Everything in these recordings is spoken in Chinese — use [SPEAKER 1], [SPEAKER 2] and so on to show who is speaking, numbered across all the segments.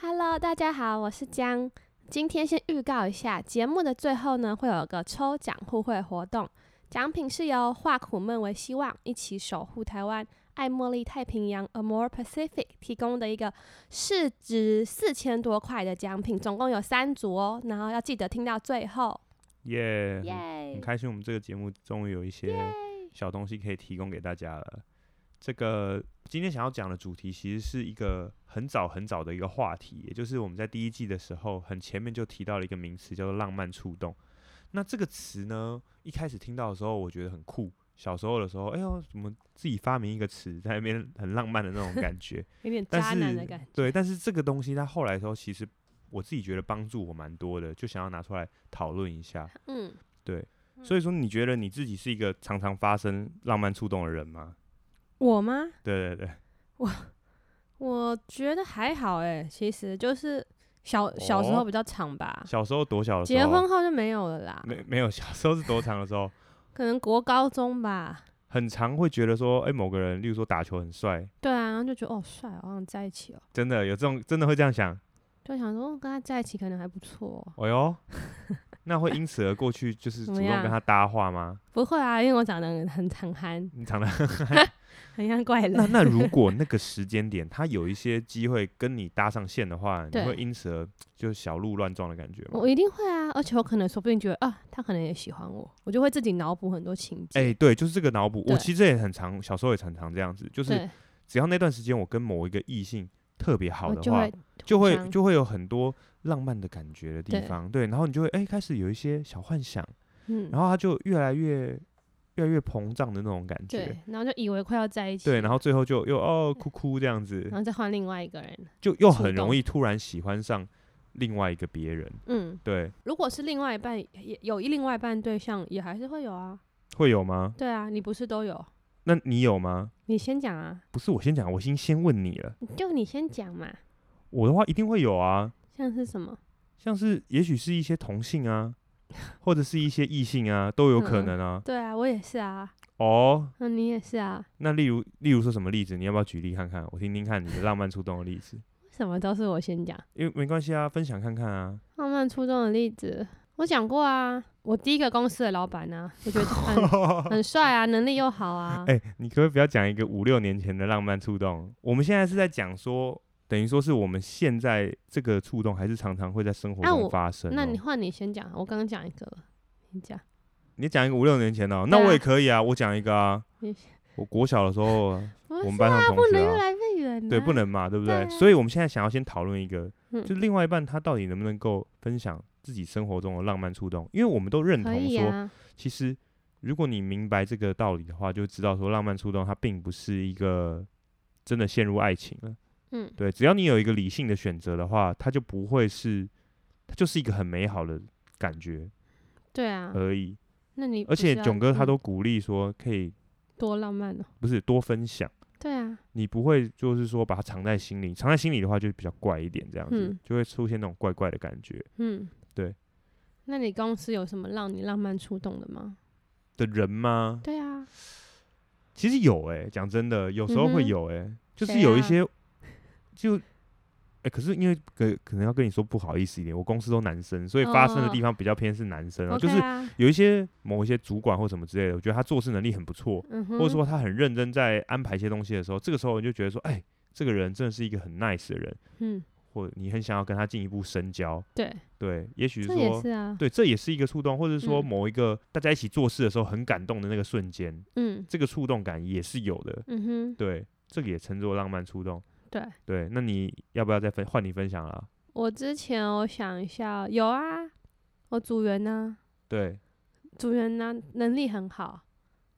[SPEAKER 1] Hello，大家好，我是江。今天先预告一下，节目的最后呢，会有个抽奖互惠活动，奖品是由化苦闷为希望，一起守护台湾爱茉莉太平洋 Amore Pacific 提供的一个市值四千多块的奖品，总共有三组哦。然后要记得听到最后，
[SPEAKER 2] 耶、很
[SPEAKER 1] 耶
[SPEAKER 2] 很！开心我们这个节目终于有一些小东西可以提供给大家了。这个今天想要讲的主题其实是一个很早很早的一个话题，也就是我们在第一季的时候很前面就提到了一个名词叫做“浪漫触动”。那这个词呢，一开始听到的时候我觉得很酷，小时候的时候，哎呦，怎么自己发明一个词在那边很浪漫的那种感觉？
[SPEAKER 1] 有点
[SPEAKER 2] 但
[SPEAKER 1] 渣男的
[SPEAKER 2] 是
[SPEAKER 1] 感觉，
[SPEAKER 2] 对，但是这个东西它后来的时候，其实我自己觉得帮助我蛮多的，就想要拿出来讨论一下。
[SPEAKER 1] 嗯，
[SPEAKER 3] 所以说，你觉得你自己是一个常常发生浪漫触动的人吗？
[SPEAKER 1] 我吗？
[SPEAKER 2] 对对对，
[SPEAKER 1] 呃我觉得还好哎、其实就是小小时候
[SPEAKER 2] 哦
[SPEAKER 1] 比较长吧，
[SPEAKER 2] 小时候多小的时候，
[SPEAKER 1] 结婚后就没有了啦，
[SPEAKER 2] 没没有？小时候是多长的时候，
[SPEAKER 1] 可能国高中吧。
[SPEAKER 2] 很常会觉得说，哎、某个人，例如说打球很帅，
[SPEAKER 1] 对啊，然后就觉得哦帅哦，好想在一起哦，
[SPEAKER 2] 真的有这种，真的会这样想。
[SPEAKER 1] 就想说哦跟他在一起可能还不错哦、
[SPEAKER 2] 哎呦，那会因此而过去就是
[SPEAKER 1] 怎
[SPEAKER 2] 主
[SPEAKER 1] 么
[SPEAKER 2] 动
[SPEAKER 1] 样
[SPEAKER 2] 跟他搭话吗？
[SPEAKER 1] 不会啊，因为我长得很很很憨，
[SPEAKER 2] 你长得
[SPEAKER 1] 很像怪
[SPEAKER 2] 那
[SPEAKER 1] 人。
[SPEAKER 2] 那如果那个时间点他有一些机会跟你搭上线的话，你
[SPEAKER 1] 对
[SPEAKER 2] 会因此而就是小鹿乱撞的感觉吗
[SPEAKER 1] 我？一定会啊，而且我可能说不定觉得啊，他可能也喜欢我，我就会自己脑补很多情节。
[SPEAKER 2] 哎、对，就是这个脑补。
[SPEAKER 1] 对
[SPEAKER 2] 我其实也很常，小时候也常常这样子，就是
[SPEAKER 1] 对，
[SPEAKER 2] 只要那段时间我跟某一个异性特别好
[SPEAKER 1] 我
[SPEAKER 2] 的
[SPEAKER 1] 哦就
[SPEAKER 2] 话
[SPEAKER 1] 会，
[SPEAKER 2] 就
[SPEAKER 1] 互
[SPEAKER 2] 会
[SPEAKER 1] 相
[SPEAKER 2] 就会有很多浪漫的感觉的地
[SPEAKER 1] 对
[SPEAKER 2] 方，对，然后你就会哎、开始有一些小幻想，
[SPEAKER 1] 嗯，
[SPEAKER 2] 然后它就越来越越来越膨胀的那种感觉，
[SPEAKER 1] 对，然后就以为快要在一起，
[SPEAKER 2] 对，然后最后就又哦哭哭这样子
[SPEAKER 1] 然，后再换另外一个人。
[SPEAKER 2] 就又
[SPEAKER 1] 嗯触
[SPEAKER 2] 很容
[SPEAKER 1] 动
[SPEAKER 2] 易突然喜欢上另外一个别人，
[SPEAKER 1] 嗯，
[SPEAKER 2] 对，
[SPEAKER 1] 如果是另外一半，也有一另外一半对象，也还是会有啊。
[SPEAKER 2] 会有吗？
[SPEAKER 1] 对啊，你不是都有？
[SPEAKER 2] 那你有吗？
[SPEAKER 1] 你先讲啊，
[SPEAKER 2] 不是我先讲，我先先问你了，
[SPEAKER 1] 就你先讲嘛。
[SPEAKER 2] 我的话一定会有啊，
[SPEAKER 1] 像是什么？
[SPEAKER 2] 像是也许是一些同性啊，或者是一些异性啊，都有可
[SPEAKER 1] 嗯
[SPEAKER 2] 能啊。
[SPEAKER 1] 对啊，我也是啊，
[SPEAKER 2] 哦，
[SPEAKER 1] 那你也是啊，
[SPEAKER 2] 那例如，例如说什么例子？你要不要举例看看？我听听看你的浪漫触动的例子，
[SPEAKER 1] 为什么都是我先讲？
[SPEAKER 2] 因为没关系啊，分享看看啊。
[SPEAKER 1] 浪漫初中的例子，我讲过啊，我第一个公司的老板啊，我觉得很 很帅啊，能力又好啊。
[SPEAKER 2] 哎、你可不可以不要讲一个五六年前的浪漫触动？我们现在是在讲说，等于说是我们现在这个触动还是常常会在生活
[SPEAKER 1] 那
[SPEAKER 2] 中
[SPEAKER 1] 我
[SPEAKER 2] 发生哦、
[SPEAKER 1] 那你换你先讲，我刚刚讲一个了，你讲。
[SPEAKER 2] 你讲一个五六年前的哦、那
[SPEAKER 1] 对啊
[SPEAKER 2] 我也可以啊，我讲一个啊
[SPEAKER 1] 你。
[SPEAKER 2] 我国小的时候啊，
[SPEAKER 1] 不
[SPEAKER 2] 我
[SPEAKER 1] 是
[SPEAKER 2] 们班上同
[SPEAKER 1] 不能
[SPEAKER 2] 学
[SPEAKER 1] 越
[SPEAKER 2] 啊，
[SPEAKER 1] 来越远、啊。
[SPEAKER 2] 对，不。能嘛，对不
[SPEAKER 1] 对
[SPEAKER 2] 对？
[SPEAKER 1] 啊
[SPEAKER 2] 所以我们现在想要先讨论一个，
[SPEAKER 1] 嗯
[SPEAKER 2] 就是另外一半他到底能不能够分享自己生活中的浪漫触动？因为我们都认同
[SPEAKER 1] 可以
[SPEAKER 2] 说，
[SPEAKER 1] 啊，
[SPEAKER 2] 其实如果你明白这个道理的话，就知道说浪漫触动它并不是一个真的陷入爱情了。
[SPEAKER 1] 嗯，
[SPEAKER 2] 对，只要你有一个理性的选择的话，它就不会是，它就是一个很美好的感觉
[SPEAKER 1] 对啊。
[SPEAKER 2] 而已。
[SPEAKER 1] 那你
[SPEAKER 2] 呃而
[SPEAKER 1] 不是
[SPEAKER 2] 且
[SPEAKER 1] 要
[SPEAKER 2] 囧哥他
[SPEAKER 1] 嗯
[SPEAKER 2] 都鼓励说，可以
[SPEAKER 1] 多浪漫哦。
[SPEAKER 2] 不是多分享。
[SPEAKER 1] 对啊，
[SPEAKER 2] 你不会就是说把它藏在心里，藏在心里的话就比较怪一点，这样子、
[SPEAKER 1] 嗯
[SPEAKER 2] 就会出现那种怪怪的感觉
[SPEAKER 1] 嗯，
[SPEAKER 2] 对。
[SPEAKER 1] 那你公司有什么让你浪漫触动的吗？
[SPEAKER 2] 的人吗？
[SPEAKER 1] 对啊，
[SPEAKER 2] 其实有哎、讲真的，有时候
[SPEAKER 1] 嗯
[SPEAKER 2] 会
[SPEAKER 1] 哼
[SPEAKER 2] 有哎、就
[SPEAKER 1] 谁
[SPEAKER 2] 是有一
[SPEAKER 1] 啊
[SPEAKER 2] 些，就哎、可是因为可可能要跟你说不好意思一点，我公司都男生，所以发生的地
[SPEAKER 1] 哦
[SPEAKER 2] 方比较偏是男生啊，就
[SPEAKER 1] OK
[SPEAKER 2] 是
[SPEAKER 1] 啊
[SPEAKER 2] 有一些某一些主管或什么之类的，我觉得他做事能力很不错，
[SPEAKER 1] 嗯哼，
[SPEAKER 2] 或者说他很认真在安排一些东西的时候，这个时候你就觉得说，哎、这个人真的是一个很 nice 的人，
[SPEAKER 1] 嗯，
[SPEAKER 2] 或你很想要跟他进一步深交，
[SPEAKER 1] 对，
[SPEAKER 2] 对，也许
[SPEAKER 1] 这也
[SPEAKER 2] 说
[SPEAKER 1] 是。啊，
[SPEAKER 2] 对，这也是一个触动，或者说
[SPEAKER 1] 嗯
[SPEAKER 2] 某一个大家一起做事的时候很感动的那个瞬间，
[SPEAKER 1] 嗯
[SPEAKER 2] 这个触动感也是有的。
[SPEAKER 1] 嗯哼，
[SPEAKER 2] 对，这个也称作浪漫触动。
[SPEAKER 1] 对
[SPEAKER 2] 对，那你要不要再分换你分享了？
[SPEAKER 1] 我之前我想一下，有啊，我组员呢、
[SPEAKER 2] 对，
[SPEAKER 1] 组员呢、能力很哦好，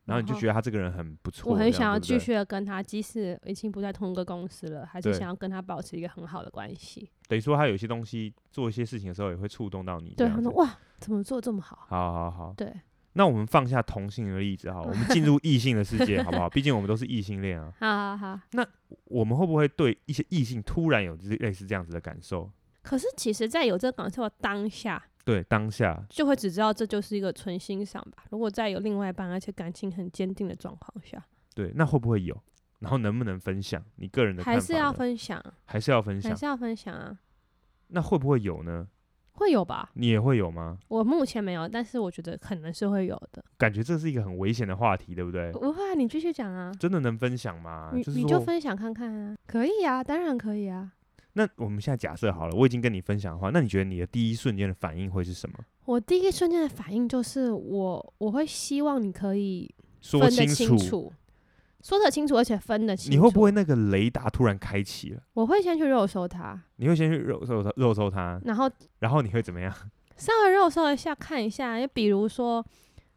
[SPEAKER 2] 然后你就觉得他这个人很不错，
[SPEAKER 1] 我很
[SPEAKER 2] 这样
[SPEAKER 1] 想要
[SPEAKER 2] 对
[SPEAKER 1] 继
[SPEAKER 2] 不对
[SPEAKER 1] 续的跟他，即使已经不在同一个公司了，还是
[SPEAKER 2] 对
[SPEAKER 1] 想要跟他保持一个很好的关系。
[SPEAKER 2] 等于说他有些东西做一些事情的时候也会触动到你。
[SPEAKER 1] 对，
[SPEAKER 2] 这样
[SPEAKER 1] 他
[SPEAKER 2] 子
[SPEAKER 1] 说哇，怎么做这么好？
[SPEAKER 2] 好好好，
[SPEAKER 1] 对，
[SPEAKER 2] 那我们放下同性的例子哈，我们进入异性的世界好 不好？毕竟我们都是异性恋啊，
[SPEAKER 1] 好好好。
[SPEAKER 2] 我们会不会对一些异性突然有类似这样子的感受？
[SPEAKER 1] 可是其实，在有这个感受的当下，
[SPEAKER 2] 对，当下
[SPEAKER 1] 就会只知道这就是一个纯欣赏吧。如果再有另外一半，而且感情很坚定的状况下，
[SPEAKER 2] 对，那会不会有？然后能不能分享你个人的看
[SPEAKER 1] 还
[SPEAKER 2] 法？
[SPEAKER 1] 是要，分享，
[SPEAKER 2] 还是要分
[SPEAKER 1] 还
[SPEAKER 2] 享。
[SPEAKER 1] 是要分享啊。
[SPEAKER 2] 那会不会有呢？
[SPEAKER 1] 会有吧？
[SPEAKER 2] 你也会有吗？
[SPEAKER 1] 我目前没有，但是我觉得可能是会有的。
[SPEAKER 2] 感觉这是一个很危险的话题，对不对？
[SPEAKER 1] 不会啊，你继续讲啊，
[SPEAKER 2] 真的能分享吗？
[SPEAKER 1] 你
[SPEAKER 2] 啊就是
[SPEAKER 1] 你就
[SPEAKER 2] 说，
[SPEAKER 1] 分享看看啊，可以啊，当然可以啊。
[SPEAKER 2] 那我们现在假设好了，我已经跟你分享的话，那你觉得你的第一瞬间的反应会是什么？
[SPEAKER 1] 我第一瞬间的反应就是我我会希望你可以
[SPEAKER 2] 说
[SPEAKER 1] 分得
[SPEAKER 2] 清
[SPEAKER 1] 清楚，说得清楚，而且分得清楚。
[SPEAKER 2] 你会不会？那个雷达突然开启了？
[SPEAKER 1] 我会先去肉搜它，
[SPEAKER 2] 你会先去肉搜它，肉搜它，
[SPEAKER 1] 然后
[SPEAKER 2] 然后你会怎么样？
[SPEAKER 1] 稍微肉搜一下看一下，就比如说。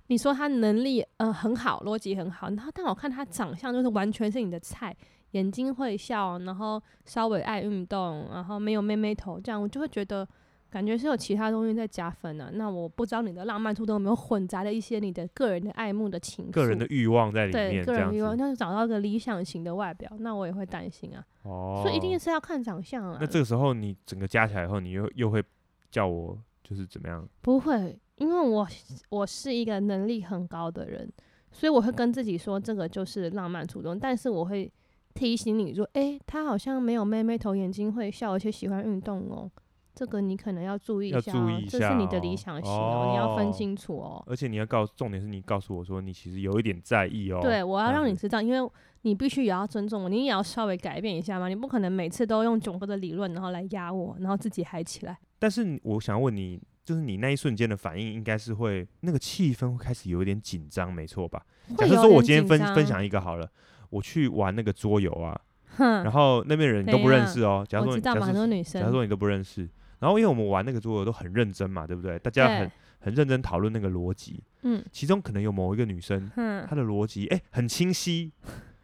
[SPEAKER 1] 你说他能力呃很好，逻辑很好，然后但我看他长相就是完全是你的菜，眼睛会笑，然后稍微爱运动，然后没有妹妹头，这样我就会觉得感觉是有其他东西在加分啊。那我不知道你的浪漫处都有没有混杂了一些你的个人的爱慕的情愫，
[SPEAKER 2] 个人的欲望在里
[SPEAKER 1] 对
[SPEAKER 2] 面，
[SPEAKER 1] 个
[SPEAKER 2] 这样
[SPEAKER 1] 人欲望，
[SPEAKER 2] 子。
[SPEAKER 1] 那就找到一个理想型的外表，那我也会担心啊。
[SPEAKER 2] 哦，
[SPEAKER 1] 所以一定是要看长相啊。
[SPEAKER 2] 那这个时候你整个加起来以后，你又又会叫我就是怎么样？
[SPEAKER 1] 不会，因为我我是一个能力很高的人，所以我会跟自己说这个就是浪漫主动，但是我会提醒你说，诶，他好像没有妹妹头，眼睛会笑，而且喜欢运动哦。这个你可能要注意一
[SPEAKER 2] 要
[SPEAKER 1] 下、
[SPEAKER 2] 注
[SPEAKER 1] 哦
[SPEAKER 2] 意，一
[SPEAKER 1] 这
[SPEAKER 2] 下
[SPEAKER 1] 是你的
[SPEAKER 2] 哦
[SPEAKER 1] 理想型哦，你要分
[SPEAKER 2] 哦
[SPEAKER 1] 清楚哦。
[SPEAKER 2] 而且你要告，重点是你告诉我说你其实有一点在意哦。
[SPEAKER 1] 对，我要
[SPEAKER 2] 这样
[SPEAKER 1] 让你
[SPEAKER 2] 子
[SPEAKER 1] 知道，因为你必须也要尊重我，你也要稍微改变一下嘛，你不可能每次都用囧哥的理论然后来压我，然后自己嗨起来。
[SPEAKER 2] 但是你我想问你，就是你那一瞬间的反应，应该是会那个气氛会开始有一点紧张，没错吧？
[SPEAKER 1] 会
[SPEAKER 2] 假设
[SPEAKER 1] 有
[SPEAKER 2] 说我
[SPEAKER 1] 点
[SPEAKER 2] 今天
[SPEAKER 1] 紧
[SPEAKER 2] 分
[SPEAKER 1] 张
[SPEAKER 2] 分，享一个好了，我去玩那个桌游啊，
[SPEAKER 1] 哼，
[SPEAKER 2] 然后那边人你都
[SPEAKER 1] 嗯
[SPEAKER 2] 不
[SPEAKER 1] 怎
[SPEAKER 2] 认
[SPEAKER 1] 样
[SPEAKER 2] 识哦。假如
[SPEAKER 1] 我
[SPEAKER 2] 说
[SPEAKER 1] 知
[SPEAKER 2] 你
[SPEAKER 1] 道
[SPEAKER 2] 假
[SPEAKER 1] 嘛，很多
[SPEAKER 2] 设
[SPEAKER 1] 女
[SPEAKER 2] 假如
[SPEAKER 1] 生
[SPEAKER 2] 说你都不认识，然后因为我们玩那个桌游都很认真嘛，对不对？大家
[SPEAKER 1] 对
[SPEAKER 2] 很很认真讨论那个逻辑，
[SPEAKER 1] 嗯
[SPEAKER 2] 其中可能有某一个女生，
[SPEAKER 1] 哼，
[SPEAKER 2] 她的逻辑哎很清晰，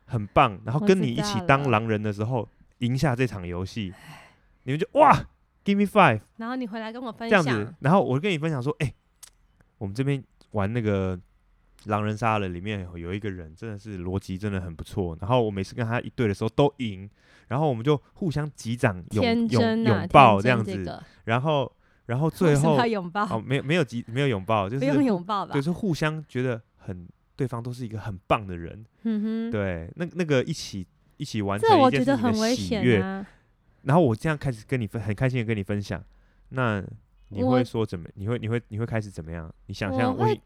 [SPEAKER 2] 很棒，然后
[SPEAKER 1] 我
[SPEAKER 2] 跟
[SPEAKER 1] 知
[SPEAKER 2] 你一起
[SPEAKER 1] 道
[SPEAKER 2] 当
[SPEAKER 1] 了
[SPEAKER 2] 狼人的时候赢下这场游戏，你们就哇，give me five。
[SPEAKER 1] 然后你回来跟我分
[SPEAKER 2] 这样
[SPEAKER 1] 享，
[SPEAKER 2] 子，然后我跟你分享说，哎、我们这边玩那个狼人杀了，里面有有一个人真的是逻辑真的很不错，然后我每次跟他一对的时候都赢，然后我们就互相击掌、
[SPEAKER 1] 天
[SPEAKER 2] 拥拥
[SPEAKER 1] 真啊，
[SPEAKER 2] 拥抱
[SPEAKER 1] 天
[SPEAKER 2] 样
[SPEAKER 1] 真
[SPEAKER 2] 子，
[SPEAKER 1] 这个
[SPEAKER 2] 然后然 后
[SPEAKER 1] 为
[SPEAKER 2] 最
[SPEAKER 1] 什么
[SPEAKER 2] 后
[SPEAKER 1] 要拥抱，
[SPEAKER 2] 哦，没有没有击没有拥抱，就
[SPEAKER 1] 不
[SPEAKER 2] 是
[SPEAKER 1] 用拥抱吧
[SPEAKER 2] 对，，是互相觉得很对方都是一个很棒的人，
[SPEAKER 1] 嗯哼，
[SPEAKER 2] 对，那那个一起。一起完成
[SPEAKER 1] 这我
[SPEAKER 2] 一
[SPEAKER 1] 觉
[SPEAKER 2] 件
[SPEAKER 1] 得
[SPEAKER 2] 事情
[SPEAKER 1] 很
[SPEAKER 2] 的
[SPEAKER 1] 危
[SPEAKER 2] 喜悦
[SPEAKER 1] 险，啊。
[SPEAKER 2] 然后我这样开始跟你分，很开心的跟你分享，那你
[SPEAKER 1] 我
[SPEAKER 2] 会说怎么？你会你会你会开始怎么样？你想
[SPEAKER 1] 我
[SPEAKER 2] 象我
[SPEAKER 1] 会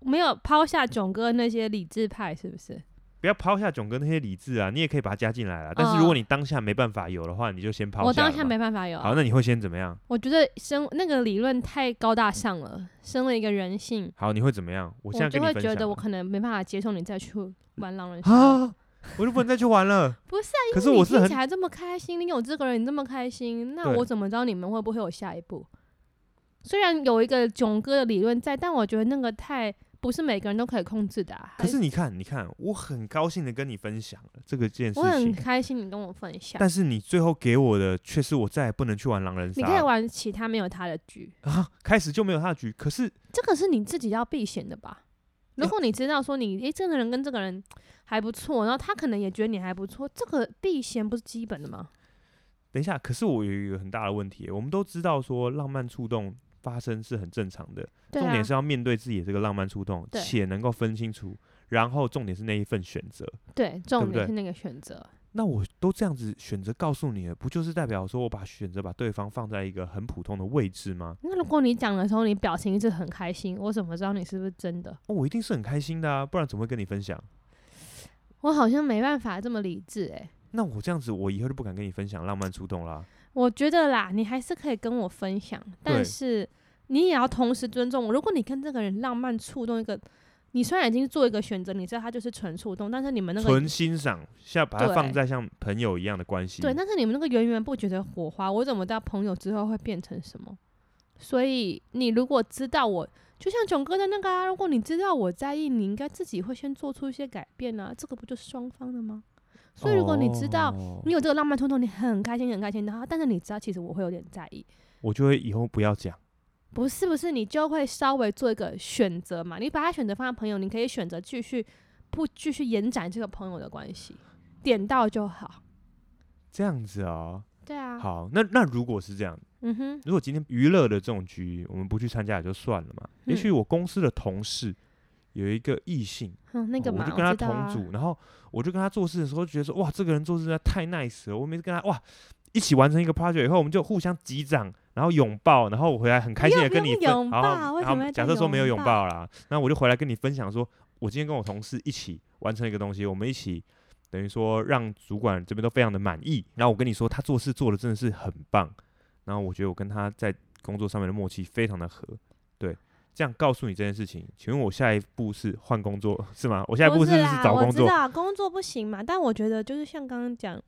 [SPEAKER 1] 没有抛下囧哥那些理智派，是不是？
[SPEAKER 2] 不要抛下囧哥那些理智啊，你也可以把它加进来了。但是如
[SPEAKER 1] 哦
[SPEAKER 2] 果你当下没办法有的话，你就先抛下。
[SPEAKER 1] 我当下。没办法有啊，
[SPEAKER 2] 好，那你会先怎么样？
[SPEAKER 1] 我觉得生那个理论太高大上了，生了一个人性，
[SPEAKER 2] 好，你会怎么样？我
[SPEAKER 1] 我
[SPEAKER 2] 现在
[SPEAKER 1] 就
[SPEAKER 2] 跟你
[SPEAKER 1] 会
[SPEAKER 2] 分
[SPEAKER 1] 觉
[SPEAKER 2] 享
[SPEAKER 1] 得我
[SPEAKER 2] 了
[SPEAKER 1] 可能没办法接受你再去玩狼人杀。
[SPEAKER 2] 啊，我就不能再去玩了。
[SPEAKER 1] 不是啊
[SPEAKER 2] 可是我
[SPEAKER 1] 哎你
[SPEAKER 2] 是
[SPEAKER 1] 听
[SPEAKER 2] 很
[SPEAKER 1] 起来这么开心，你有这个人你这么开心，那
[SPEAKER 2] 对
[SPEAKER 1] 我怎么知道你们会不会有下一步？虽然有一个囧哥的理论在，但我觉得那个太不是每个人都可以控制的啊、
[SPEAKER 2] 可是你看，你看，我很高兴的跟你分享了这个件事
[SPEAKER 1] 我很
[SPEAKER 2] 情，
[SPEAKER 1] 开心你跟我分享，
[SPEAKER 2] 但是你最后给我的却是我再也不能去玩狼人
[SPEAKER 1] 你可以
[SPEAKER 2] 杀
[SPEAKER 1] 玩其他没有他的局，
[SPEAKER 2] 啊，开始就没有他的局。可是
[SPEAKER 1] 这个是你自己要避嫌的吧？如
[SPEAKER 2] 哎
[SPEAKER 1] 果你知道说你诶、这个人跟这个人还不错，然后他可能也觉得你还不错，这个避嫌不是基本的吗？
[SPEAKER 2] 等一下，可是我有一个很大的问题耶，我们都知道说浪漫触动发生是很正常的，
[SPEAKER 1] 对
[SPEAKER 2] 重
[SPEAKER 1] 啊
[SPEAKER 2] 点，是要面对自己的这个浪漫触动，
[SPEAKER 1] 对
[SPEAKER 2] 且能够分清楚，然后重点是那一份选择。
[SPEAKER 1] 对，重点
[SPEAKER 2] 对不对
[SPEAKER 1] 是那个选择。
[SPEAKER 2] 那我都这样子选择告诉你了，不就是代表说我把选择把对方放在一个很普通的位置吗？
[SPEAKER 1] 那如果你讲的时候，你表情一直很开心，我怎么知道你是不是真的？
[SPEAKER 2] 哦，我一定是很开心的啊，不然怎么会跟你分享？
[SPEAKER 1] 我好像没办法这么理智欸诶、
[SPEAKER 2] 那我这样子，我以后就不敢跟你分享浪漫触动啦。
[SPEAKER 1] 我觉得啦，你还是可以跟我分享，但
[SPEAKER 2] 对
[SPEAKER 1] 是你也要同时尊重我。如果你跟这个人浪漫触动一个，你虽然已经做一个选择，你知道他就是纯触动，但是你们那个
[SPEAKER 2] 纯欣赏，下把它
[SPEAKER 1] 对
[SPEAKER 2] 放在像朋友一样的关系。
[SPEAKER 1] 对，但是你们那个源源不绝的火花，我怎么知道朋友之后会变成什么？所以你如果知道我，就像囧哥的那个啊，如果你知道我在意，你应该自己会先做出一些改变啊，这个不就是双方的吗？所以如果你知道
[SPEAKER 2] 哦
[SPEAKER 1] 你有这个浪漫冲动，你很开心很开心，然后但是你知道其实我会有点在意，
[SPEAKER 2] 我就会以后不要讲。
[SPEAKER 1] 不是不是，你就会稍微做一个选择嘛，你把他选择放在朋友，你可以选择继续不继续延展这个朋友的关系，点到就好。
[SPEAKER 2] 这样子哦，
[SPEAKER 1] 对啊，
[SPEAKER 2] 好，那那如果是这样，
[SPEAKER 1] 嗯哼，
[SPEAKER 2] 如果今天娱乐的这种局我们不去参加也就算了嘛。也许
[SPEAKER 1] 嗯
[SPEAKER 2] 我公司的同事有一个异性，
[SPEAKER 1] 嗯，那个
[SPEAKER 2] 哦我
[SPEAKER 1] 嘛，
[SPEAKER 2] 就跟他
[SPEAKER 1] 我知道
[SPEAKER 2] 同
[SPEAKER 1] 啊
[SPEAKER 2] 组，然后我就跟他做事的时候就觉得说，哇，这个人做事实在太 nice 了，我每次跟他哇。一起完成一个 project 以后，我们就互相击掌，然后拥抱，然后我回来很开心的跟你
[SPEAKER 1] 不用
[SPEAKER 2] 分
[SPEAKER 1] 不用拥
[SPEAKER 2] 然
[SPEAKER 1] 抱
[SPEAKER 2] 后
[SPEAKER 1] 为
[SPEAKER 2] 然
[SPEAKER 1] 什么
[SPEAKER 2] 后
[SPEAKER 1] 要讲
[SPEAKER 2] 假设说没有
[SPEAKER 1] 拥
[SPEAKER 2] 拥抱啦，那我就回来跟你分享说，我今天跟我同事一起完成一个东西，我们一起等于说让主管这边都非常的满意。然后我跟你说，他做事做的真的是很棒，然后我觉得我跟他在工作上面的默契非常的合，对。这样告诉你这件事情，请问我下一步是换工作是吗？我下一步
[SPEAKER 1] 不
[SPEAKER 2] 是不
[SPEAKER 1] 啦，
[SPEAKER 2] 找
[SPEAKER 1] 我
[SPEAKER 2] 工
[SPEAKER 1] 知
[SPEAKER 2] 作？
[SPEAKER 1] 道工作不行嘛，但我觉得就是像刚刚讲，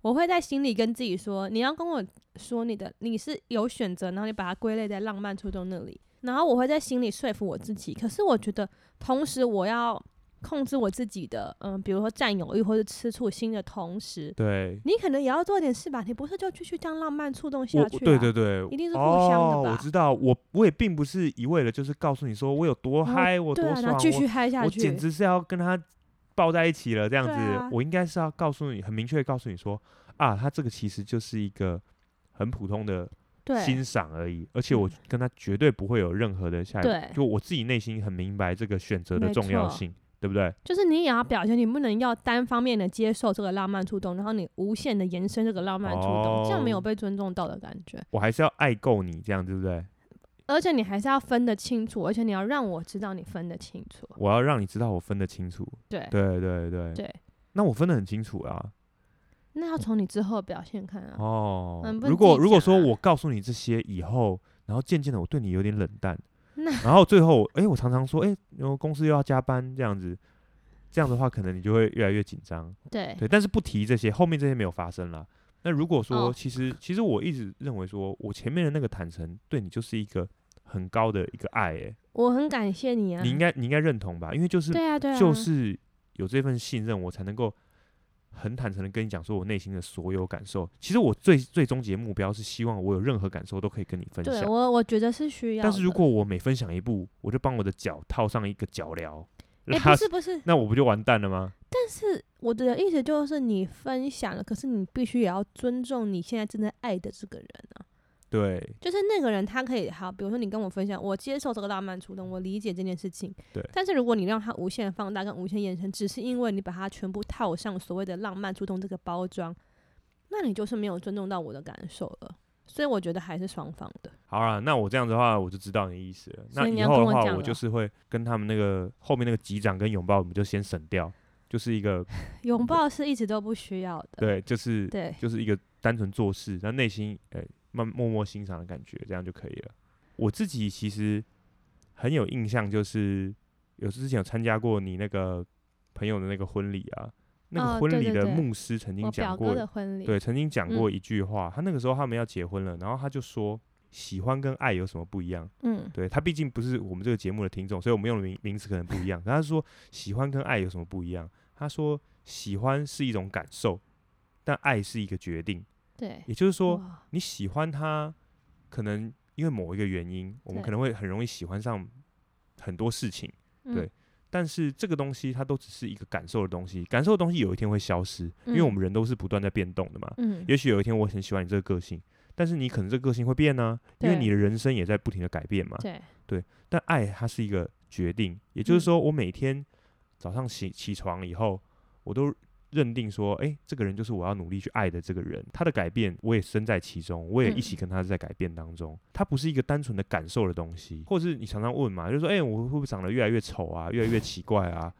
[SPEAKER 1] 我会在心里跟自己说，你要跟我说你的你是有选择，然后你把它归类在浪漫初衷那里，然后我会在心里说服我自己。可是我觉得，同时我要控制我自己的，嗯，比如说占有欲或者吃醋心的同时，
[SPEAKER 2] 对，
[SPEAKER 1] 你可能也要做点事吧，你不是就继续这样浪漫触动下
[SPEAKER 2] 我
[SPEAKER 1] 去、啊？
[SPEAKER 2] 对对对，
[SPEAKER 1] 一定是互相的
[SPEAKER 2] 哦、
[SPEAKER 1] 吧
[SPEAKER 2] 我知道，我我也并不是一味的，就是告诉你说我有多
[SPEAKER 1] 然后
[SPEAKER 2] 嗨，我
[SPEAKER 1] 对
[SPEAKER 2] 多
[SPEAKER 1] 啊，然
[SPEAKER 2] 爽，
[SPEAKER 1] 后继续嗨
[SPEAKER 2] 我
[SPEAKER 1] 下
[SPEAKER 2] 我
[SPEAKER 1] 去，
[SPEAKER 2] 简直是要跟他抱在一起了这样子。
[SPEAKER 1] 对啊
[SPEAKER 2] 我应该是要告诉你，很明确地告诉你说啊，他这个其实就是一个很普通的欣
[SPEAKER 1] 对嗯
[SPEAKER 2] 赏而已，而且我跟他绝对不会有任何的下一步。
[SPEAKER 1] 对，
[SPEAKER 2] 就我自己内心很明白这个选择的
[SPEAKER 1] 没
[SPEAKER 2] 重要
[SPEAKER 1] 错
[SPEAKER 2] 性，对不对？
[SPEAKER 1] 就是你也要表现，你不能要单方面的接受这个浪漫触动，然后你无限的延伸这个浪漫触动，这样没有
[SPEAKER 2] 哦
[SPEAKER 1] 被尊重到的感觉。
[SPEAKER 2] 我还是要爱够你这样，对不对？
[SPEAKER 1] 而且你还是要分得清楚，而且你要让我知道你分得清楚。
[SPEAKER 2] 我要让你知道我分得清楚。
[SPEAKER 1] 对
[SPEAKER 2] 对对对，
[SPEAKER 1] 对
[SPEAKER 2] 那我分得很清楚啊。
[SPEAKER 1] 那要从你之后的表现看啊。
[SPEAKER 2] 哦
[SPEAKER 1] 嗯，不能
[SPEAKER 2] 如
[SPEAKER 1] 自
[SPEAKER 2] 果
[SPEAKER 1] 己
[SPEAKER 2] 如果
[SPEAKER 1] 讲
[SPEAKER 2] 说
[SPEAKER 1] 啊
[SPEAKER 2] 我告诉你这些以后，然后渐渐的我对你有点冷淡，
[SPEAKER 1] 那
[SPEAKER 2] 然后最后，哎、我常常说，哎、然后公司又要加班这样子，这样的话可能你就会越来越紧张，
[SPEAKER 1] 对
[SPEAKER 2] 对。但是不提这些，后面这些没有发生啦。那如果说，
[SPEAKER 1] 哦
[SPEAKER 2] 其实其实我一直认为说，我前面的那个坦诚对你就是一个很高的一个爱、诶，
[SPEAKER 1] 我很感谢你啊。
[SPEAKER 2] 你应该你应该认同吧？因为就是
[SPEAKER 1] 对啊对啊，
[SPEAKER 2] 就是有这份信任，我才能够很坦诚的跟你讲，说我内心的所有感受。其实我最最终极的目标是希望我有任何感受都可以跟你分
[SPEAKER 1] 对
[SPEAKER 2] 享。
[SPEAKER 1] 我我觉得是需要的。
[SPEAKER 2] 但是如果我每分享一步，我就帮我的脚套上一个脚镣，
[SPEAKER 1] 哎、
[SPEAKER 2] 拉
[SPEAKER 1] 不是不是，
[SPEAKER 2] 那我不就完蛋了吗？
[SPEAKER 1] 但是我的意思就是你分享了，可是你必须也要尊重你现在正在爱的这个人啊。
[SPEAKER 2] 对
[SPEAKER 1] 就是那个人他可以好，比如说你跟我分享，我接受这个浪漫触动，我理解这件事情。
[SPEAKER 2] 对
[SPEAKER 1] 但是如果你让它无限放大跟无限延伸，只是因为你把它全部套上所谓的浪漫触动这个包装，那你就是没有尊重到我的感受了。所以我觉得还是双方的。
[SPEAKER 2] 好啦，那我这样子的话，我就知道你的意思了。
[SPEAKER 1] 所
[SPEAKER 2] 那
[SPEAKER 1] 以你
[SPEAKER 2] 以
[SPEAKER 1] 要
[SPEAKER 2] 后
[SPEAKER 1] 跟
[SPEAKER 2] 的
[SPEAKER 1] 我
[SPEAKER 2] 话，
[SPEAKER 1] 讲
[SPEAKER 2] 我就
[SPEAKER 1] 了
[SPEAKER 2] 是会跟他们那个后面那个击掌跟拥抱，我们就先省掉，就是一个
[SPEAKER 1] 拥抱是一直都不需要的。
[SPEAKER 2] 对，就 是
[SPEAKER 1] 对
[SPEAKER 2] 就是一个单纯做事，但内心呃慢默默欣赏的感觉，这样就可以了。我自己其实很有印象，就是有之前有参加过你那个朋友的那个婚礼啊，那
[SPEAKER 1] 哦
[SPEAKER 2] 个婚
[SPEAKER 1] 对
[SPEAKER 2] 礼
[SPEAKER 1] 对
[SPEAKER 2] 的
[SPEAKER 1] 对
[SPEAKER 2] 牧师曾经
[SPEAKER 1] 我
[SPEAKER 2] 讲
[SPEAKER 1] 表
[SPEAKER 2] 过，
[SPEAKER 1] 哥的婚礼，嗯
[SPEAKER 2] 对，曾经讲过一句话，他那个时候他们要结婚了，然后他就说。喜欢跟爱有什么不一样？
[SPEAKER 1] 嗯，
[SPEAKER 2] 对他毕竟不是我们这个节目的听众，所以我们用的名名词可能不一样。但他说喜欢跟爱有什么不一样？他说喜欢是一种感受，但爱是一个决定。
[SPEAKER 1] 对。
[SPEAKER 2] 也就是说，
[SPEAKER 1] 哇
[SPEAKER 2] 你喜欢他，可能因为某一个原因，我们
[SPEAKER 1] 对
[SPEAKER 2] 可能会很容易喜欢上很多事情，
[SPEAKER 1] 嗯
[SPEAKER 2] 对但是这个东西它都只是一个感受的东西，感受的东西有一天会消失，因为我
[SPEAKER 1] 嗯
[SPEAKER 2] 们人都是不断在变动的嘛。
[SPEAKER 1] 嗯，
[SPEAKER 2] 也许有一天我很喜欢你这个个性，但是你可能这个个性会变呢、因为
[SPEAKER 1] 对
[SPEAKER 2] 你的人生也在不停的改变嘛。
[SPEAKER 1] 对
[SPEAKER 2] 但爱它是一个决定，也就是
[SPEAKER 1] 嗯
[SPEAKER 2] 说，我每天早上起起床以后，我都认定说，诶，这个人就是我要努力去爱的这个人，他的改变我也身在其中，我也一
[SPEAKER 1] 嗯
[SPEAKER 2] 起跟他在改变当中。它不是一个单纯的感受的东西，或是你常常问嘛，就是说，诶，我会不会长得越来越丑啊，越来越奇怪 啊，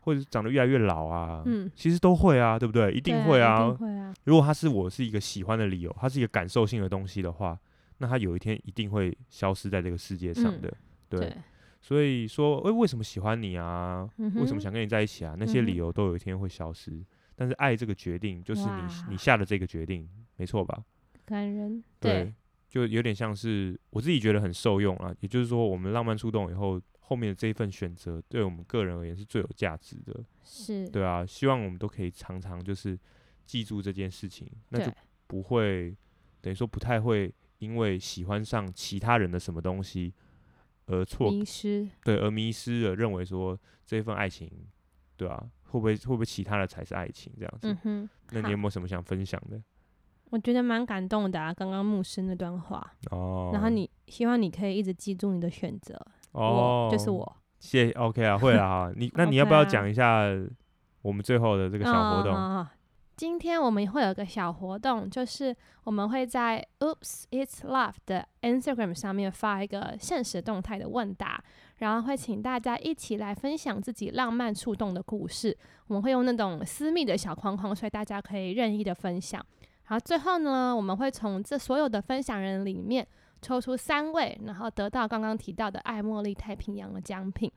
[SPEAKER 2] 或者是长得越来越老啊？
[SPEAKER 1] 嗯，
[SPEAKER 2] 其实都会啊，对不对？一
[SPEAKER 1] 对
[SPEAKER 2] 定会
[SPEAKER 1] 啊，
[SPEAKER 2] 啊。
[SPEAKER 1] 一定会啊。
[SPEAKER 2] 如果它是我是一个喜欢的理由，它是一个感受性的东西的话，那它有一天一定会消失在这个世界上
[SPEAKER 1] 嗯
[SPEAKER 2] 的。对，
[SPEAKER 1] 对，
[SPEAKER 2] 所以说，诶，为什么喜欢你啊？
[SPEAKER 1] 嗯
[SPEAKER 2] 为什
[SPEAKER 1] 哼
[SPEAKER 2] 么想跟你在一起啊？那些
[SPEAKER 1] 嗯哼
[SPEAKER 2] 理由都有一天会消失，但是爱这个决定，就是
[SPEAKER 1] 哇
[SPEAKER 2] 你你下的这个决定，没错吧？
[SPEAKER 1] 感人？
[SPEAKER 2] 对，就有点像是我自己觉得很受用啊。也就是说，我们浪漫触动以后，后面的这一份选择，对我们个人而言是最有价值的。
[SPEAKER 1] 是，
[SPEAKER 2] 对啊，希望我们都可以常常就是记住这件事情，那就
[SPEAKER 1] 对
[SPEAKER 2] 不会等于说不太会因为喜欢上其他人的什么东西而错
[SPEAKER 1] 迷失。
[SPEAKER 2] 对，而迷失了，认为说这份爱情，对啊，会不会会不会其他的才是爱情这样子？
[SPEAKER 1] 嗯哼，
[SPEAKER 2] 那你
[SPEAKER 1] 好
[SPEAKER 2] 有没有什么想分享的？
[SPEAKER 1] 我觉得蛮感动的啊，刚刚牧师那段话。
[SPEAKER 2] 哦，
[SPEAKER 1] 然后你希望你可以一直记住你的选择，我
[SPEAKER 2] 哦，
[SPEAKER 1] 就是，我。
[SPEAKER 2] 谢 OK 啊，会啦啊，你那你要不要
[SPEAKER 1] OK 啊
[SPEAKER 2] 讲一下我们最后的这个小活动？
[SPEAKER 1] 啊、今天我们会有一个小活动，就是我们会在 Oops It's Love 的 Instagram 上面发一个现实动态的问答，然后会请大家一起来分享自己浪漫触动的故事。我们会用那种私密的小框框，所以大家可以任意的分享。然后最后呢，我们会从这所有的分享人里面抽出三位，然后得到刚刚提到的爱茉莉太平洋的奖品。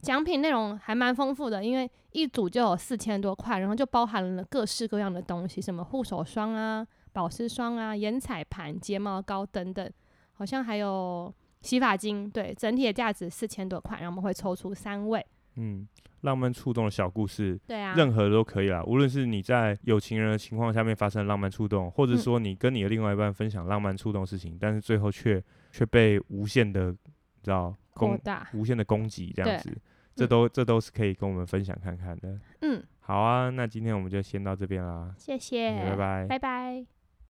[SPEAKER 1] 奖品内容还蛮丰富的，因为一组就有四千多块，然后就包含了各式各样的东西，什么护手霜啊、保湿霜啊、眼彩盘、睫毛膏等等，好像还有洗发精。对，整体的价值四千多块，然后我们会抽出三位。
[SPEAKER 2] 嗯，浪漫触动的小故事，
[SPEAKER 1] 对啊，
[SPEAKER 2] 任何都可以啦。无论是你在有情人的情况下面发生浪漫触
[SPEAKER 1] 嗯
[SPEAKER 2] 动，或者说你跟你的另外一半分享浪漫触动的事情，但是最后却却被无限的，你知道
[SPEAKER 1] 扩
[SPEAKER 2] 攻
[SPEAKER 1] 大，
[SPEAKER 2] 无限的攻击这
[SPEAKER 1] 对
[SPEAKER 2] 样子，这都这都是可以跟我们分享看看的。
[SPEAKER 1] 嗯，
[SPEAKER 2] 好啊，那今天我们就先到这边啦，
[SPEAKER 1] 谢谢，
[SPEAKER 2] 拜拜。
[SPEAKER 1] 拜拜